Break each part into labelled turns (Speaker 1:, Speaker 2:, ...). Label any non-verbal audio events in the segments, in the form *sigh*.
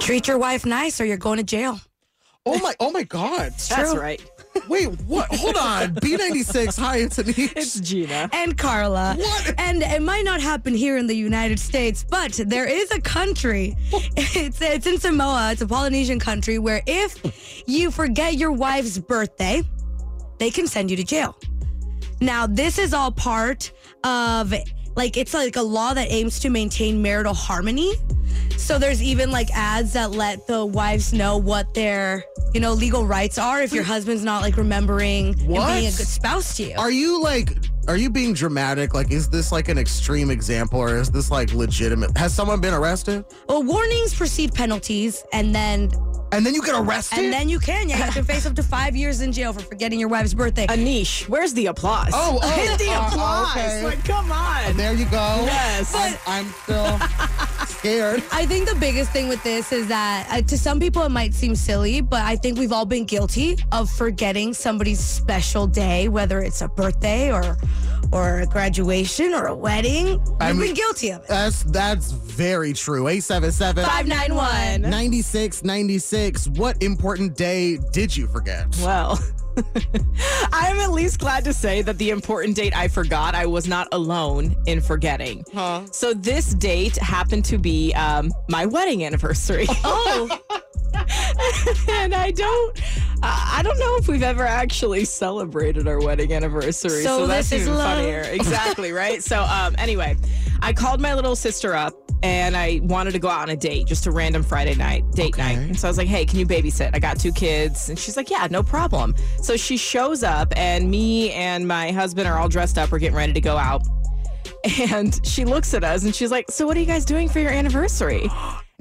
Speaker 1: Treat your wife nice or you're going to jail.
Speaker 2: Oh my! Oh my God!
Speaker 3: That's right.
Speaker 2: Wait, what? Hold
Speaker 3: *laughs*
Speaker 2: on. B ninety six. Hi, it's Anish.
Speaker 3: It's Gina.
Speaker 1: And Carla.
Speaker 2: What?
Speaker 1: And it might not happen here in the United States, but there is a country. It's, it's in Samoa. It's a Polynesian country where if you forget your wife's birthday, they can send you to jail. Now, this is all part of like it's like a law that aims to maintain marital harmony. So there's even like ads that let the wives know what their, you know, legal rights are if your husband's not like remembering
Speaker 2: What?
Speaker 1: and being a good spouse to you.
Speaker 2: Are you like? Are you being dramatic? Like, is this like an extreme example, or is this like legitimate? Has someone been arrested?
Speaker 1: well, warnings precede penalties and then
Speaker 2: And then you get arrested.
Speaker 1: and then you can, yeah, you can face up to 5 years in jail for forgetting your wife's birthday.
Speaker 3: Anish, where's the applause?
Speaker 2: Oh, oh,
Speaker 3: hit the
Speaker 2: oh,
Speaker 3: applause!
Speaker 2: okay.
Speaker 3: Like, come on.
Speaker 2: there you go.
Speaker 3: Yes.
Speaker 2: I'm, I'm
Speaker 3: *laughs*
Speaker 2: still scared.
Speaker 1: I think the biggest thing with this is that uh, to some people it might seem silly, but I think we've all been guilty of forgetting somebody's special day, whether it's a birthday or or a graduation or a wedding.
Speaker 2: I'm- Uh,
Speaker 1: I've been guilty of it.
Speaker 2: That's that's very true. 877
Speaker 1: 591.
Speaker 2: 96 96. What important day did you forget?
Speaker 3: Well, *laughs* I'm at least glad to say that the important date I forgot, I was not alone in forgetting. So this date happened to be um, my wedding anniversary. Oh. and I don't, I I don't know if we've ever actually celebrated our wedding anniversary.
Speaker 1: So
Speaker 3: So, that's
Speaker 1: this is
Speaker 3: even
Speaker 1: love.
Speaker 3: funnier. Exactly, right? So um, anyway, I called my little sister up and I wanted to go out on a date, just a random Friday night, date night. And so I was like, hey, can you babysit? I got two kids. And she's like, yeah, no problem. So she shows up and me and my husband are all dressed up. We're getting ready to go out. And she looks at us and she's like, so what are you guys doing for your anniversary?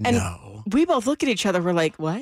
Speaker 3: And
Speaker 2: no.
Speaker 3: we both look at each other. We're like, what?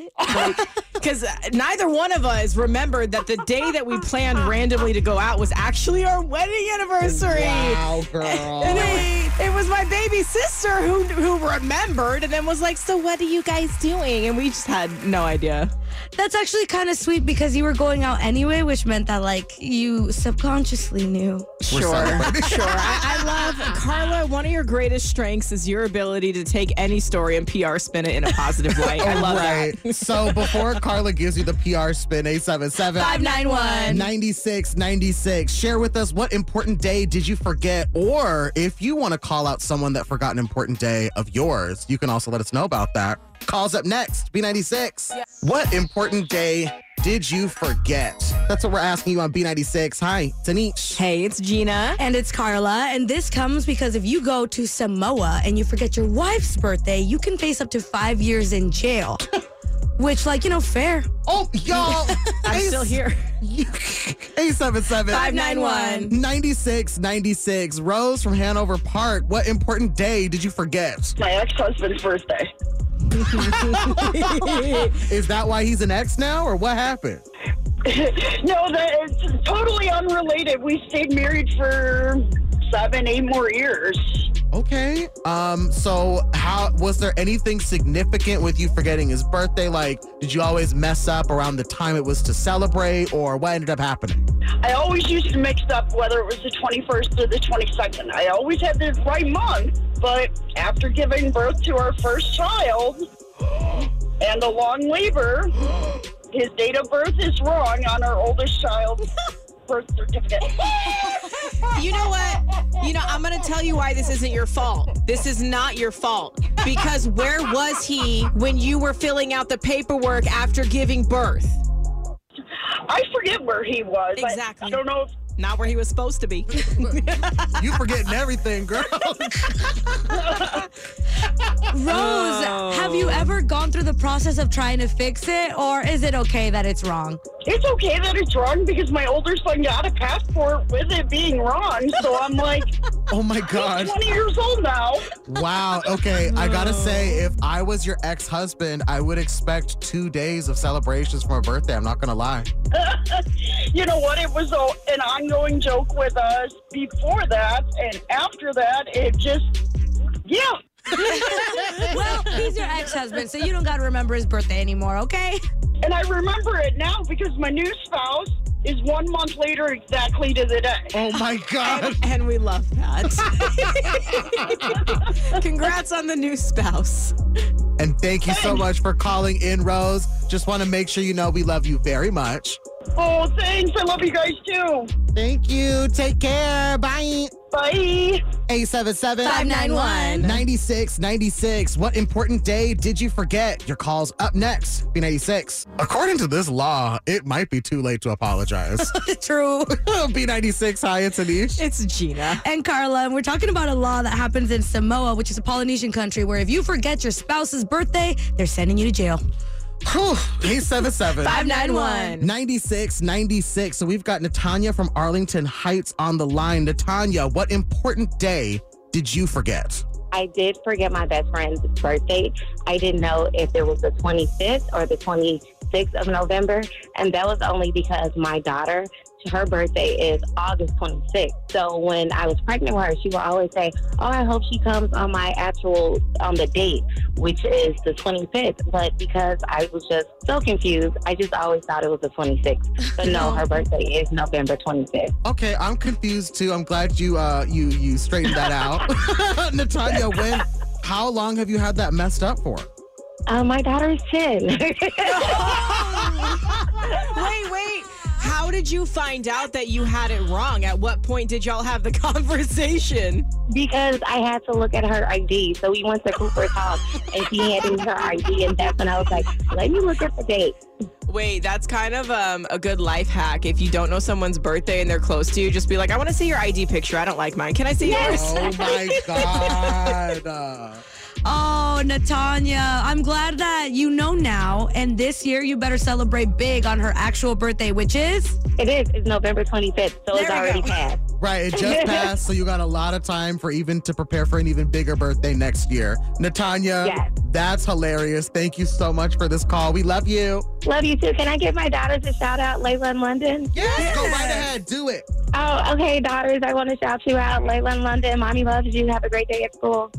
Speaker 2: *laughs*
Speaker 3: Because neither one of us remembered that the day that we planned randomly to go out was actually our wedding anniversary. *laughs*
Speaker 2: Wow,
Speaker 3: And
Speaker 2: girl.
Speaker 3: it, was- it was my baby sister who who remembered and then was like, "So what are you guys doing?" And we just had no idea.
Speaker 1: That's actually kind of sweet because you were going out anyway, which meant that like you subconsciously knew.
Speaker 2: We're celebrating.
Speaker 3: *laughs* sure. I, I love Carla. One of your greatest strengths is your ability to take any story and PR spin it in a positive light. I love
Speaker 2: right. so before Carla gives you the PR spin, 877
Speaker 1: 591.
Speaker 2: 96 96. Share with us what important day did you forget? Or if you want to call out someone that forgot an important day of yours, you can also let us know about that. Calls up next, B96. What important day did you forget? That's what we're asking you on B96. Hi,
Speaker 3: that.
Speaker 2: Tanish.
Speaker 3: Hey, it's Gina.
Speaker 1: And it's Carla. And this comes because if you go to Samoa and you forget your wife's birthday, you can face up to five years in jail. *laughs* Which, like, you know, fair.
Speaker 2: Oh, *laughs* y'all.
Speaker 3: I'm still here.
Speaker 2: 877
Speaker 1: 591.
Speaker 2: 96 96. Rose from Hanover Park. What important day did you forget?
Speaker 4: my ex-husband's birthday. *laughs*
Speaker 2: Is that why he's an ex now or what happened?
Speaker 4: no, that it's totally unrelated. We stayed married for seven, eight more years.
Speaker 2: Okay. Um, so how was there anything significant with you forgetting his birthday? Like, did you always mess up around the time it was to celebrate or what ended up happening?
Speaker 4: I always used to mix up whether it was the 21st or the 22nd. I always had the right month, but after giving birth to our first child and the long labor, his date of birth is wrong on our oldest child's birth certificate.
Speaker 3: You know what? You know, I'm going to tell you why this isn't your fault. This is not your fault. Because where was he when you were filling out the paperwork after giving birth?
Speaker 4: I forget where he was. I-
Speaker 3: Exactly.
Speaker 4: I don't know if
Speaker 3: Not where he was supposed to be. *laughs*
Speaker 2: You forgetting everything, girl. *laughs*
Speaker 1: Rose, have you ever gone through the process of trying to fix it, or is it okay that it's wrong?
Speaker 4: it's okay that it's wrong because my older son got a passport with it being wrong. So I'm like,
Speaker 2: Oh my
Speaker 4: he's
Speaker 2: gosh.
Speaker 4: 20 years old now.
Speaker 2: Wow. Okay. I gotta say, if I was your ex husband, I would expect two days of celebrations for my birthday. I'm not gonna lie.
Speaker 4: You know what? It was a, an ongoing joke with us before that, and after that, it just, yeah.
Speaker 1: well, he's your ex-husband, so you don't gotta remember his birthday anymore, okay?
Speaker 4: And I remember it now because my new spouse is one month later exactly to the day.
Speaker 2: Oh my god.
Speaker 3: And we love that. *laughs* Congrats on the new spouse.
Speaker 2: And thank you so much for calling in, Rose. Just want to make sure you know we love you very much.
Speaker 4: Oh, thanks. I love you guys too.
Speaker 2: Thank you. Take care. Bye.
Speaker 4: Bye.
Speaker 2: 877
Speaker 1: 991.
Speaker 2: 9696. What important day did you forget? Your call's up next. B96. According to this law, it might be too late to *laughs* apologize.
Speaker 1: True.
Speaker 2: B96, hi, it's Anish.
Speaker 3: It's
Speaker 1: *laughs*
Speaker 3: Gina. *laughs*
Speaker 1: And Carla, and we're talking about a law that happens in Samoa, which is a Polynesian country, where if you forget your spouse's birthday, they're sending you to jail.
Speaker 2: Whew. 877
Speaker 1: 591.
Speaker 2: 96 96. So we've got Natanya from Arlington Heights on the line. Natanya, what important day did you forget?
Speaker 5: I did forget my best friend's birthday. I didn't know if it was the 25th or the 26th of November. And that was only because my daughter, her birthday is August 26th. So when I was pregnant with her, she would always say, Oh, I hope she comes on my actual, on the date, which is the 25th. But because I was just so confused, I just always thought it was the 26th. But no, her birthday is November 25th.
Speaker 2: Okay, I'm confused too. I'm glad you uh you you straightened that out. *laughs* Natanya, when how long have you had that messed up for?
Speaker 5: Uh, my daughter is 10. *laughs*
Speaker 3: Wait, wait. How did you find out that you had it wrong? At what point did y'all have the *laughs* conversation?
Speaker 5: Because I had to look at her ID. So we went to Cooper's house and she handed me her ID and that's when I was like, let me look at the date.
Speaker 3: Wait, that's kind of um, a good life hack. If you don't know someone's birthday and they're close to you, just be like, I want to see your ID picture. I don't like mine. Can I see yours?
Speaker 2: Oh my god. Uh,
Speaker 1: Oh, Natanya, I'm glad that you know now. And this year, you better celebrate big on her actual birthday, which is
Speaker 5: It is. It's November 25th. So
Speaker 1: There
Speaker 5: it's
Speaker 1: we
Speaker 5: already
Speaker 1: go.
Speaker 5: passed.
Speaker 2: right, it just passed, so you got a lot of time for even to prepare for an even bigger birthday next year. Natanya,
Speaker 5: Yes.
Speaker 2: that's hilarious. Thank you so much for this call. We love you.
Speaker 5: Love you too. Can I give my daughters a shout out, Layla and London?
Speaker 2: Yes, go right ahead. Do it.
Speaker 5: Oh, okay, daughters. I want to shout you out, Layla and London. Mommy loves you. Have a great day at school.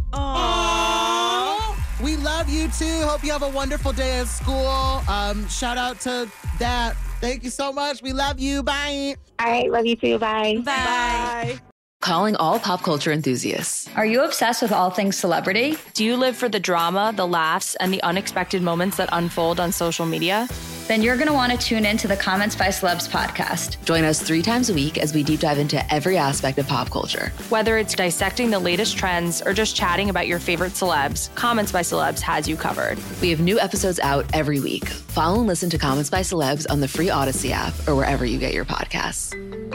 Speaker 2: We love you too. Hope you have a wonderful day at school. Um, shout out to that. Thank you so much. We love you. Bye.
Speaker 5: All right. Love you too. Bye.
Speaker 3: Bye.
Speaker 6: Calling all pop culture enthusiasts.
Speaker 7: Are you obsessed with all things celebrity?
Speaker 8: Do you live for the drama, the laughs, and the unexpected moments that unfold on social media?
Speaker 7: Then you're going to want to tune in to the Comments by Celebs podcast.
Speaker 6: Join us three times a week as we deep dive into every aspect of pop culture.
Speaker 8: Whether it's dissecting the latest trends or just chatting about your favorite celebs, Comments by Celebs has you covered.
Speaker 6: We have new episodes out every week. Follow and listen to Comments by Celebs on the free Odyssey app or wherever you get your podcasts.